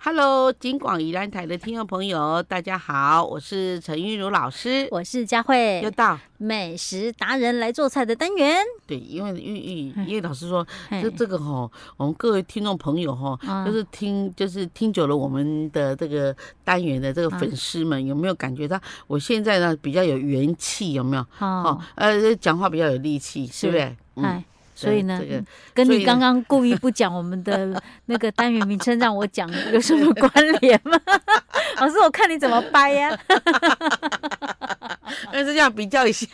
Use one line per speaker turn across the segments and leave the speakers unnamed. Hello，金广宜兰台的听众朋友，大家好，我是陈玉茹老师。
我是佳
又
慧，
到
美食达人来做菜的单 元。
对，因为玉玉因为老师说，
嗯
这
嘿
这个哈，我们各位听众朋友哈，
嗯
就是听就是听久了我们的这个单元的这个
嗯
粉丝们，有没有感觉到我现在呢比较有元气，有没有？哦
哦，，
呃，讲话比较有力气，是不是？嗯，
哎，所以呢
这个
跟
所以
你
呢
刚刚故意不讲我 们的那个单元名称，让我讲有什么关联吗？ 老师，我看你怎么掰呀、
那这样比较一 下，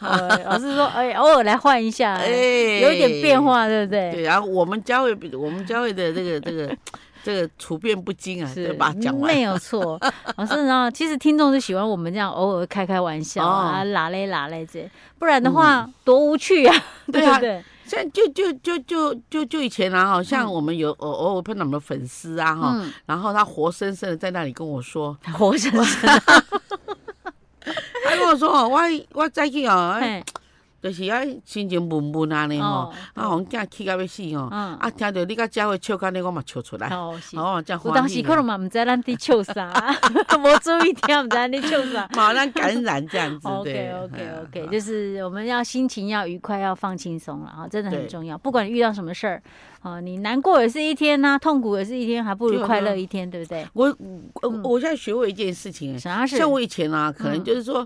哦老师说，哎，偶尔来换一下，
哎
有一点变。化，对不对？
对，然后我们教会比我们教会的这 个这个这个处变不惊啊，对吧？讲完
没 有错。老师，然后其实听众就喜欢我们这样偶尔开开玩笑
哦
啊，拉嘞拉嘞这，不然的话多无趣啊，
嗯对
对
啊
不对？
像就就就就就就以前啊，好像我们有偶偶尔碰到我们的粉丝啊哈，
嗯，
然后他活生生的在那里跟我说，
活生生，
他跟我说哦，我我再去哦，
嘿
就是啊心情闷闷啊呢吼
哦，
啊红囝气到要死吼，
嗯
啊听到你甲佳慧笑到呢，我嘛笑出来，
好是。
哦，我这样
有当
欢喜
时
呢。
可能嘛，毋知咱伫笑 啥，无注意听，毋知咱伫笑啥。
马上感染这哦样 子，对
OK
哎
OK
呀
OK，
好
就是我们要心情要愉快，要放轻松了啊，真的
对
很重要。不管你遇到什么事儿，啊，你难过也是一天呐、痛苦也是一天，还不
对
如
啊
快乐一天，对不对？
我我
嗯
我现在学会一件事情，哎
啥事？
像我以前啊，可
嗯
能就是说，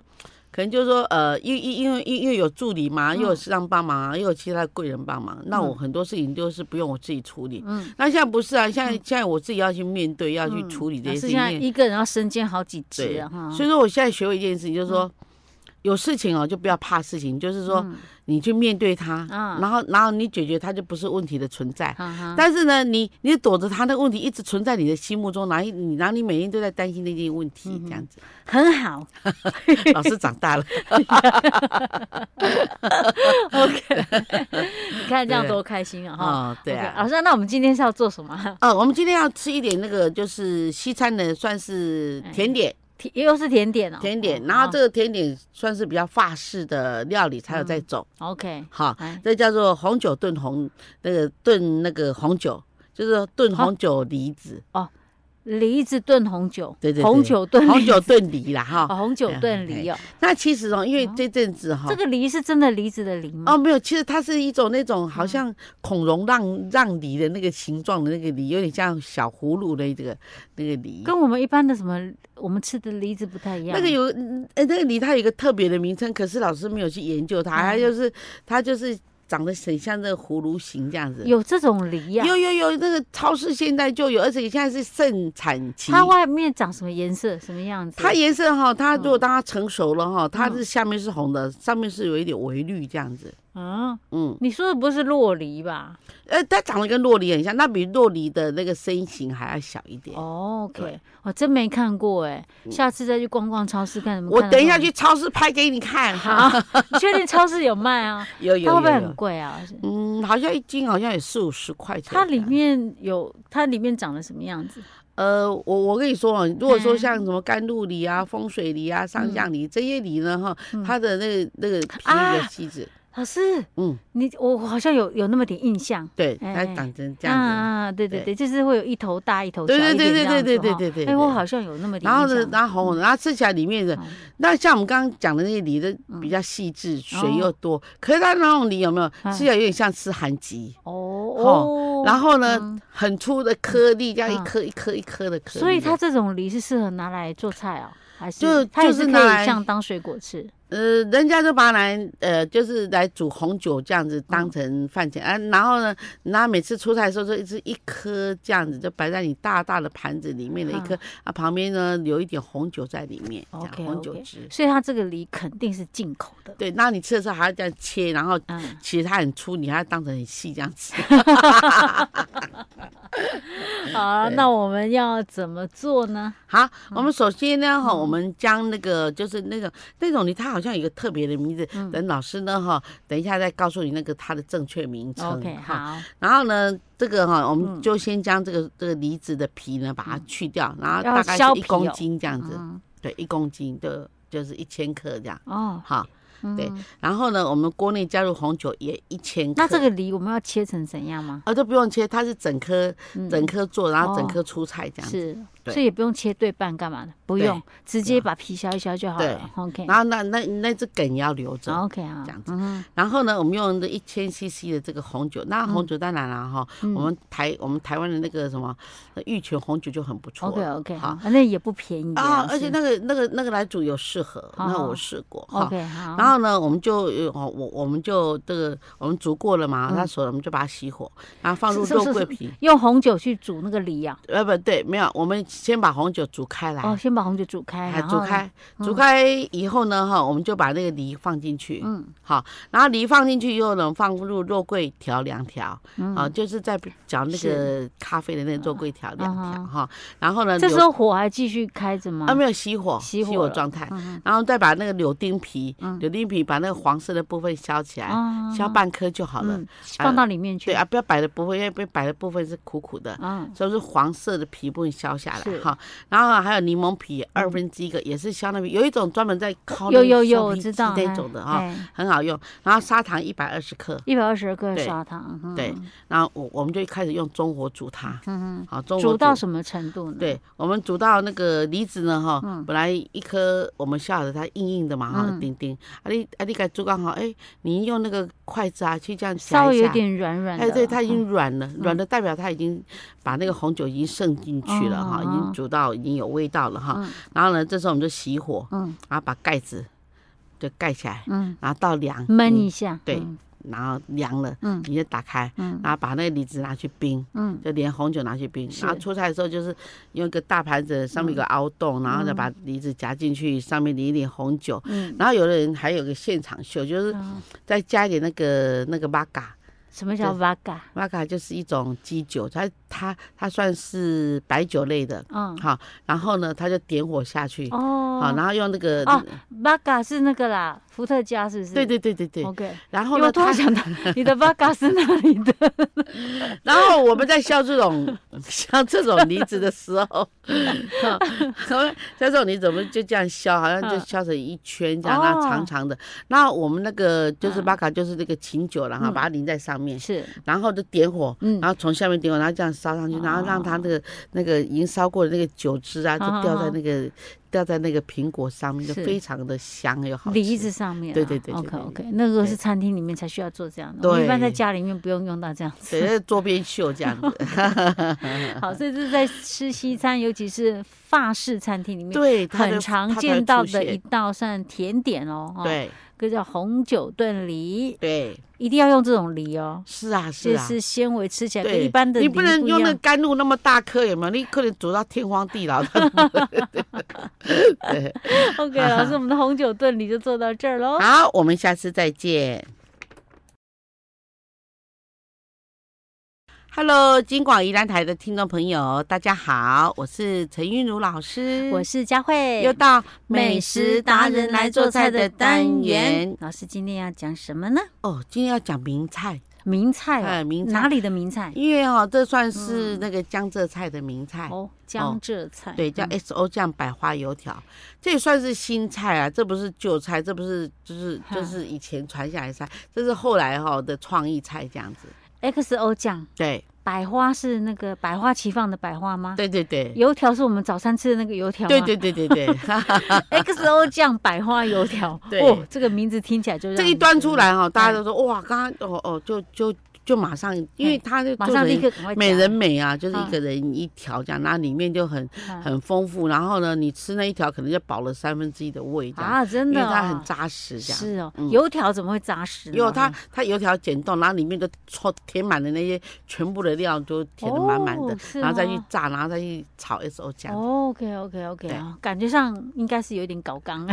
可能就是说，呃，因因因为因因为有助理嘛，
嗯
又有市场帮忙啊，又有其他的贵人帮忙，那我很多事情就是不用我自己处理。
嗯，
那现在不是啊，现在现在我自己要去面对，要去处理这
老
些事
师
情
现在。
因为
啊一个人要身兼好几职
对
啊，哈，，
所以说我现在学会一件事情，就是说。有事情哦，就不要怕事情，就是说
嗯
你去面对它，
啊
然后然后你解决它就不是问题的存在。
哈哈，
但是呢，你你躲着它，那个问题一直存在你的心目中，然后你然后你每天都在担心那件问题，
嗯
这样子。
很好。
老师长大了，
OK，你看这样
对
多开心啊，哈。
哦，对
OK，老
啊。
师，那我们今天是要做什么啊？
哦，我们今天要吃一点那个，就是西餐的，算是 甜点，
甜又是甜哎点哦，
甜点。
哦
然后这
哦
个甜点算是比较法式的料理才有
嗯
在走，
OK，
哈
哎，
这叫做红酒炖红，那个炖那个红酒，就是
哦
炖红酒梨子，
梨子炖红酒，
对哎对对
红酒炖
红
梨
酒炖梨啦，哈。
哦，红酒炖梨哦，
那其实哦，因为这阵子哈
这，个梨是真的梨子的梨吗？
哦，没有，其实它是一种那种
嗯
好像孔融让让梨的那个形状的那个梨，有点像小葫芦的这个那个梨。
跟我们一般的什么我们吃的梨子不太一样。
那个有，嗯呃，那个梨它有一个特别的名称，可是老师没有去研究它，
嗯
它就是它就是长得很像那个葫芦形这样子。
有这种梨呀、
有有有，那个超市现在就有，而且现在是盛产期。
它外面长什么颜色，什么样子？
它颜色哈，它如果
嗯
当它成熟了哈，它
嗯
是下面是红的，上面是有一点微绿这样子。
嗯，
嗯，
你说的不是洛梨吧、
呃，它长得跟洛梨很像，那比洛梨的那个身形还要小一点。
哦 o
对嗯
k 我真没看过哎、下次再去逛逛超市看什么。
我
看得
等一下
到
去超市拍给你看。
好，你确定超市有卖啊？
有
它
有
会不会
有
很
有。
贵啊？
嗯，啊好像一斤好像也四五十块钱。
它里面有，它里面长得什么样子？
呃，我我跟你说哦，如果说
嗯
像什么甘露梨啊、风水梨啊、上将梨这些梨呢，哈，它的那个那个皮
嗯啊
的细致，
老师，
嗯，
你我我好像有有那么点印象。
对，
哎
它
哎
长成这样子。
啊，对对
对
对，就是会有一头大一头小
对
一
对
点
对
这样子哈，
对对对对对对
哎，我好像有那么点
然后
印
呢
象，
然后红红的，然后吃起来里面的
嗯好，嗯
那像我们刚刚讲的那些梨的比较细致，水又多。可是它那种梨有没有
哦嗯
吃起来有点像吃韩吉？
哦
哦
哦，
然后呢
嗯，
很粗的颗粒，这样一
嗯
颗一颗一颗的颗粒的。
所以它这种梨是适合拿来做菜哦，还是
就
它也
就是是
可
拿来
以像当水果吃？
呃，人家就把它来，呃，就是来煮红酒这样子当成饭前、啊，然后呢，然后每次出菜的时候就一直一颗这样子，就摆在你大大的盘子里面的一颗、啊，旁边呢留一点红酒在里面，这样
OK，
红酒
OK
汁。
所以它这个梨肯定是进口 的。
对，那你吃的时候还要这样切，然后
嗯，
其实它很粗，你还要当成很细这样吃。
好啊，那我们要怎么做呢？
好，我们首先呢，哈、我们将那个就是那种那种梨，它好像有一个特别的名字，等老师呢，哈，等一下再告诉你那个它的正确名称。
OK，
哈
好，
然后呢，这个哈、我
嗯
们就先将这个、这个梨子的皮呢，把它去掉，然后
要
大概
削
是一
皮
公
哦
斤这样子，
嗯，
对，一公斤就就是一千克这样，
哦，
好。对，然后呢，我们锅内加入红酒也一千克。
那这个梨我们要切成怎样吗？
啊，都不用切，它是整颗
嗯
整颗做，然后整
哦
颗出菜这样子。
是，
对
所以也不用切对半干嘛的，不
对
用，直接把皮削一削就好了。OK，
然后那那那只梗也要留着。
好 OK 啊，
这样
子，嗯
然后呢，我们用的一千 CC 的这个红酒，那红酒当然了哈，
嗯
我们台我们台湾的那个什么呃玉泉红酒就很不错
，OK OK，
好
好，反正也不便宜
啊，而且
那
那个那个那个来煮有适合，
好
那
好
我试过哈。
OK 好，
然后呢，我们就呃我我我们就这个我们煮过了嘛，
嗯
那熟了我们就把它熄火，然后放入
是是
肉
是
桂
是
皮，
用红酒去煮那个梨啊，
呃不对，没有，我们先把红酒煮开来，
哦，先把红酒煮开，
还
然
煮
后呢，
开，煮
嗯
开以后呢，哈，我们就把那个梨放进去，
嗯
好，然后梨放进去以后呢，我们放入肉桂条两条，
嗯，
啊，就是在讲那个咖啡的那个肉桂条两条
嗯
哈，然后呢，
这时
柳
候火还继续开着吗？
啊没有熄火，
熄火
火
了
状态，
嗯
然后再把那个柳丁皮
嗯，
柳丁皮把那个黄色的部分削起来，
啊
削半颗就好了。
嗯放到里面去
对。啊，不要白的部分，因为被白的部分是苦苦的，
嗯，
所以是黄色的皮部分削下来
是
哈。然后还有柠檬皮二分之一个，也是削那边，有一种专门在烤那
有
个
有有，
削
我
皮
知
鸡
道哎
那种的哈，，很好用。然后砂糖一百二十克，
一百二十克
对
砂糖，嗯
对，然后我我们就开始用中火煮它，
嗯
好，中
嗯，
火
煮到什么程度呢？，
对，我们煮到那个梨子呢，哈、本来一颗我们削的它硬硬的嘛，哈、
嗯
丁丁，啊你啊你给它煮刚好，哎，你用那个筷子啊去这样夹一下，
稍微有点软软的。嗯
哎，对，它已经软了，软的代表它已经把那个红酒已经渗进去了哈，
哦
已经煮到已经有味道了哈
嗯。
然后呢，这时候我们就熄火，
嗯
然后把盖子就盖起来，
嗯
然后到凉，
焖
你
一下，
对
嗯
然后凉了，
嗯
你就打开，
嗯
然后把那个梨子拿去冰，
嗯
就连红酒拿去冰，
是嗯
然后出菜的时候就是用一个大盘子上面有个凹洞，然后再把梨子夹进去，上面淋一点红酒。
嗯，
然后有的人还有个现场秀，就是
啊
再加一点那个那个玛嘎，
什么叫 vodka？
玛嘎就是一种基酒，它它它算是白酒类的，
嗯，
好，然后呢它就点火下去，
哦，
好，然后用那个，
哦 vodka 是那个啦，伏特加是不是？
对对对对对，
，OK。
然
因
后
为我
呢
突然
它，
想到， 你的 vodka 是哪里的？
然后我们在削这种 削这种梨子的时候，
嗯
哈像这种梨子我们就这样削，好像就
嗯
削成一圈这样，然后
哦
长长的。那我们那个就是
嗯
巴卡，就是那个琴酒了哈，
嗯
把它淋在上面，
是，
然后就点火。
嗯哦
然后从下面点火，然后这样烧上去，然后让它那个那个已经烧过的那个酒汁啊，就
好好
掉在
好
那个掉在那个苹果上面，就是非常的香又好吃。
梨子上面啊，
对对对对
，OK
对
OK，那个是
对
餐厅里面才需要做这样的，我们一般在
对
家里面不用用到这样子
对，。在桌边秀这样子。
好，所以这是在吃西餐，尤其是法式餐厅里面
对，它
很
的
常
它才
见
会
到
出
的
现
一道算甜点哦，哦，
对
个叫红酒炖梨，
对，
一定要用这种梨哦，
是啊是
这
啊。
是纤维吃起来跟
对，
一般的
你
梨
不能用
一
那
样
甘露那么大颗，有没有？你可能煮到天荒地老的。 对，
OK，老师，我们的红酒炖梨就做到这儿喽。
好，我们下次再见。Hello，金广宜兰台的听众朋友，大家好，我是陈韵如老师，
我是佳慧，
又到
美食达人来做菜的单元。老师今天要讲什么呢？
哦。今天要讲名菜，
名菜哦，
哎名菜
哪里的名菜？
因为哦，这算
嗯
是那个江浙菜的名菜。
哦，江浙菜。
哎对，叫
嗯
S O 酱百花油条，这也算是新菜啊，这不是旧菜，这不是就是就
哈
是以前传下来的菜，这是后来哈的创意菜这样子。
XO 酱，
对，
百花是那个百花齐放的百花吗？
对对对，
油条是我们早餐吃的那个油嗯条吗？
对对对对对，
XO 酱百花油条，
对
哦，这个名字听起来就让
这一
人
端
觉
出
得，
来哈，大
嗯
家都说哇，刚刚哦哦，就就就马上，因为它就
马
做
上
成
立刻赶快夹
美人美啊，就是
啊
一个人一条这样，然后里面就很
啊
很丰富，然后呢，你吃那一条可能就饱了三分之一的胃这样，
啊，真
因为
的哦，
它很扎实这样。
是哦
嗯，
油条怎么会扎实呢？
有它，它油条剪冻，然后里面就戳填满了那些全部的料，都填的满满的
哦，是
然后再去
吗哦
炸，然后再去炒 S O 酱。
OK OK OK
对
啊，感觉上应该是有点搞 刚。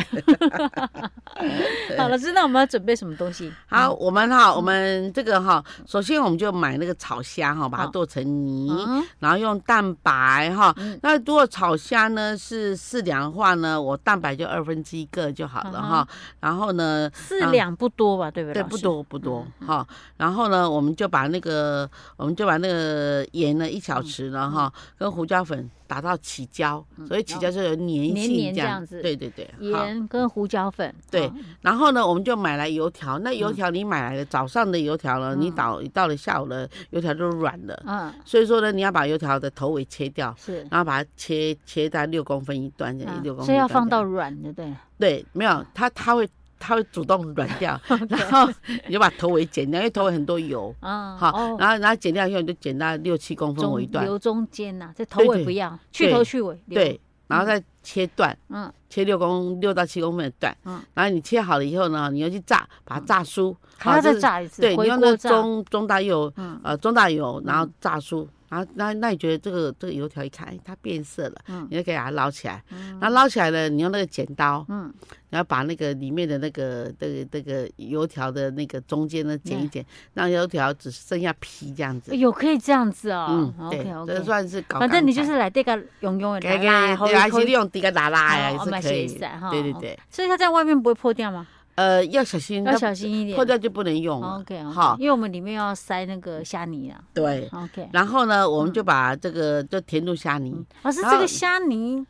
好，老师，那我们要准备什么东西？
好，我们
嗯
哈，我们这个哈，首先我们就买那个炒虾哈，把它
好
剁成泥，
嗯，
然后用蛋白哈
嗯。
那如果炒虾呢是四两的话呢，我蛋白就二分之一个就好了
嗯
哈。然后呢，
四
嗯
两不多吧，对不对？
对，
老
不
师。嗯
多不多哈、然后呢，
嗯
我们就把那个，我们就把那个盐呢一小匙了哈、跟胡椒粉打到起胶，所以起胶就有粘
嗯黏
性
黏
这
这
样
样子
对对对，好。
盐跟胡椒粉，
对
哦
然后呢，我们就买来油条。那油条你买来了，早上的油条了，你
嗯
到到了下午了，油条就软了。
嗯，
所以说呢，你要把油条的头尾切掉，
是，
然后把它切切到六公分一段，这
啊
样六公分一段这样。
所以要放到啊软的，对，
对，没有它它会它会主动软 掉，然后你就把头尾剪掉，因为头尾很多油。
嗯，
好，
哦，
然后然后剪掉以后，你就剪到六七公分
中
为一段，
留中间呐，这头
对
尾
对
不要，去
对
头去尾，留，
对，然后再切断，
嗯，
切六公六到七公分的段，
嗯
然后你切好了以后呢，你又去炸，把它炸酥，
还要
好这
再
是
炸一次，
对，你
回
用那
锅
个
炸，
中中大油，
嗯
呃，中大油，然后炸酥，然后那那你觉得这个这个油条一看，哎，它变色了，
嗯
你就给它捞起来，
嗯
然后捞起来了，你用那个剪刀，
嗯，
然后把那个里面的那个那个那个油条的那个中间呢剪一
嗯
剪，让油条只剩下皮这样子。
有哎可以这样子哦
嗯，对
，OK，
这
OK，
算是搞。
反正你就是。来这个用用的，
给给，
来
对啊，其实。用滴个打拉呀，
哦
也
我
是
买
可
鞋
以
子啊哈。
对对
哦
对，
所以它在外面不会破掉吗？
呃，要小心，
要
那
小心一点。
破掉就不能用了。
OK，
好嗯
因为我们里面要塞那个虾泥啊。
对，
OK，
然后
嗯
呢，我们就把这个就填入虾泥。
老师，
然
这个
后
虾泥，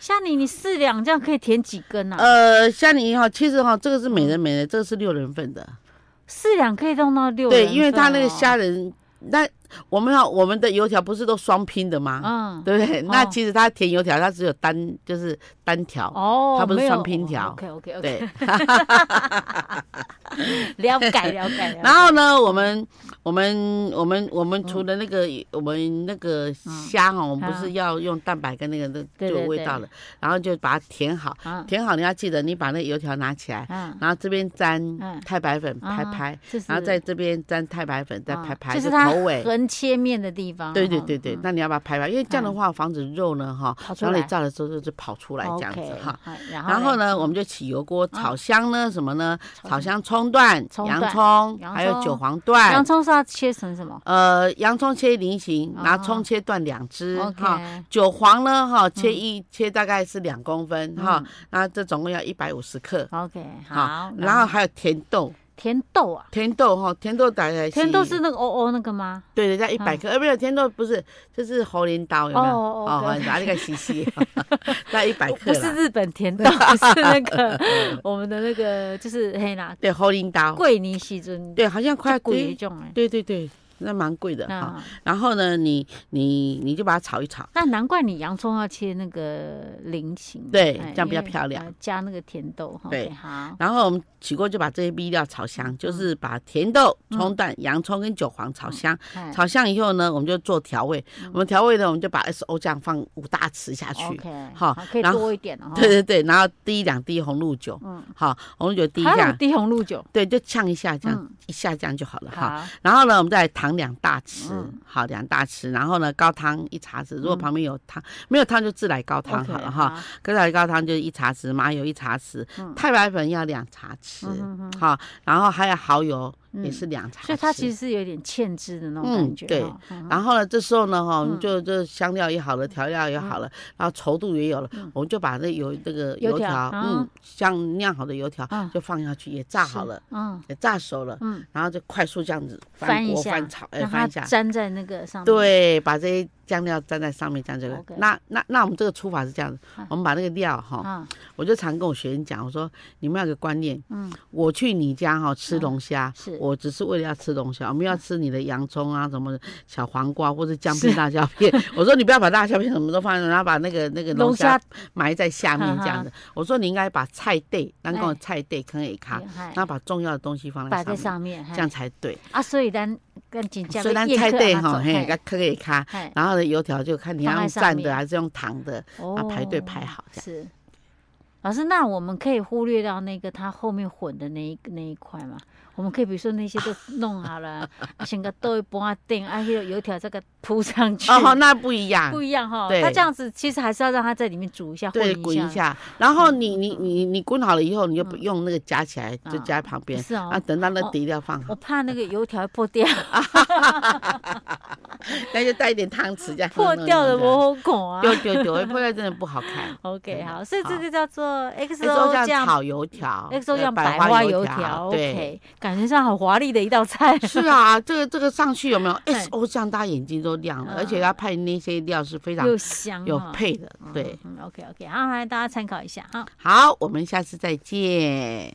虾泥你四两这样可以填几根啊？
呃，虾泥哈，其实哈，这个是每
嗯
人每人，这个是六人份的。
四两可以弄到六人
对，
份哦。
因为它那个虾仁，那我们要我们的油条不是都双拼的吗？
嗯，
对不对？那
哦
其实它甜油条，它只有单就是单条，
哦，
它不是
没有
双拼条
OK OK OK，
对。
了解了解。
然后呢，我们我们我们我们除了那个我们那个虾哈，我们不
啊
是要用蛋白跟那个那
对
就
对
有味
对
道了，然后就把它填好，
嗯
填好你要记得你把那个油条拿起来，
嗯，
然后这边沾
嗯
太白粉拍
啊
拍，
这是
然后在这边沾太白粉再拍
嗯
拍，
就是它
头尾。
横切面的地方。
对对
哦
对对
嗯，
那你要把它拍拍，因为这样的话防止肉呢哈
跑，出
然后你
来
炸的时候就是跑出来这样子
OK，
哈。
好然后
然后
嘞，嗯
呢，我们就起油锅炒香呢，什么呢？
炒
炒香葱段、
葱
洋
段
葱，
洋
还有
葱
韭黄段。
洋葱是要切成什么
呃，洋葱切菱形，拿
哦
葱切断两只嗯哈。
？OK，
韭黄呢，哈，切一切大概是两公分哈
嗯，
那这总共要一百五十克。
OK，
哈
好，
然后还有甜豆，
甜豆啊，
甜豆哈，甜豆大概
甜豆是那个哦哦那个吗？
对人家一百克，呃，不是甜豆不是，就是猴镰刀有没有？
哦哦对
拿那个细 细，那一百哎克
不是
啦。嗯
日 本甜豆，是那个我们的那个就是黑啦，
对，猴镰刀，
桂林细菌，
对，好像快
贵一嗯
贵，
种哎。
对对对，那蛮贵的哈。
那
然后呢，你你你就把它炒一炒，
那难怪你洋葱要切那个菱形，
对
哎
这样比较
因为
漂亮
呃加那个甜豆，哈
对
，OK，好，
然后我们起锅就把这些秘料炒香，
嗯
就是把甜豆、葱段、洋葱跟韭黄炒香。
哎
炒香以后呢，我们就做调味。我们调味呢，我们就把 S O 酱放五大匙下去。
嗯，OK，
好
可以
然后
多一点哦。
对对对，然后滴两滴红露酒，
嗯，
好，红露酒滴一
还有
下，
低红露酒，
对，就呛一下，这样
嗯
一下这样就好了哈。
好，
然后呢，我们再来糖两大匙
嗯，
好，两大匙。然后呢，高汤一茶匙，如果旁边有汤，没有汤就自来高汤
OK，
好了哈。，高来高汤就是一茶匙，麻油一茶匙，
嗯
太白粉要两茶匙，
嗯
好、然后还有蚝油
嗯
也是两茶匙。
所以它其实是有点芡汁的那种
嗯
感觉，
对
哈，嗯
然后呢，这时候呢，哈、我们就这香料也好了，调料也好了，然后稠度也有了，我们就把那油这个
嗯油
油
条
条，嗯
嗯，
像酿好的油条
嗯
就放下去，也炸好了，，
是嗯，
也炸熟了，
嗯
然后就快速这样子
翻
翻
一
锅
下
翻炒，哎，
让
翻
它
一下，
粘在那个上面。，
对，把这些酱料沾在上面，这样就可以
OK
那那那我们这个出法是这样子
啊，
我们把那个料哈，
啊，
我就常跟我学生讲，我说你们要有个观念，
嗯，
我去你家哈、吃龙虾，
是
我只是为了要吃龙虾，我们
嗯
要吃你的洋葱啊，什么小黄瓜或者姜片、大虾 片。我说你不要把大虾片什么都放在那，然后把那个那个龙
龙虾
虾埋在下面这样子。我说你应该把菜对，那
哎
个菜对坑给卡，
嗨
那把重要的东西放
摆
在
在
上面，
上面，
这
这
样才对。
啊，所以咱跟紧接
所以咱菜对
啊
哈，嘿，啊给坑给卡，
哎，
然后呢油条就看你
放
要
在
用
上
蘸的
面
还是用糖的，
哦
然啊后排队排好这样。
是。老师，那我们可以忽略到那个它后面混的那一那一块嘛？我们可以比如说那些都弄好 了，啊先个豆一半定，啊，那个油条这个铺上去，
哦，那不一样，
不一样哈。
对
它这样子其实还是要让它在里面煮一下，
对，
混
滚一，下，然后你你你你滚好了以后，你就不
嗯
用那个夹起来，就
啊
夹在旁边，
是哦
啊，等到那
哦
底料放好
我，怕那个油条会破掉，
那就带一点汤匙这样。
破掉的
不？
蘑菇孔啊。。
丢丢丢，破掉真的不好看
OK，
真的
好，所以
好
哦这个叫做
那时候
XO
这样
酱
炒油条，呃
XO 酱
百
百花油
油
条
对
，OK，感觉上好华丽的一道菜。
是啊，这个这个上去有哎没有
对
S O 酱，大家眼睛都亮了，
嗯
而且它配那些料是非常
又香
啊有
哈嗯
配的。对，
嗯，OK OK，好，来大家参考一下啊。
好，我们下次再见。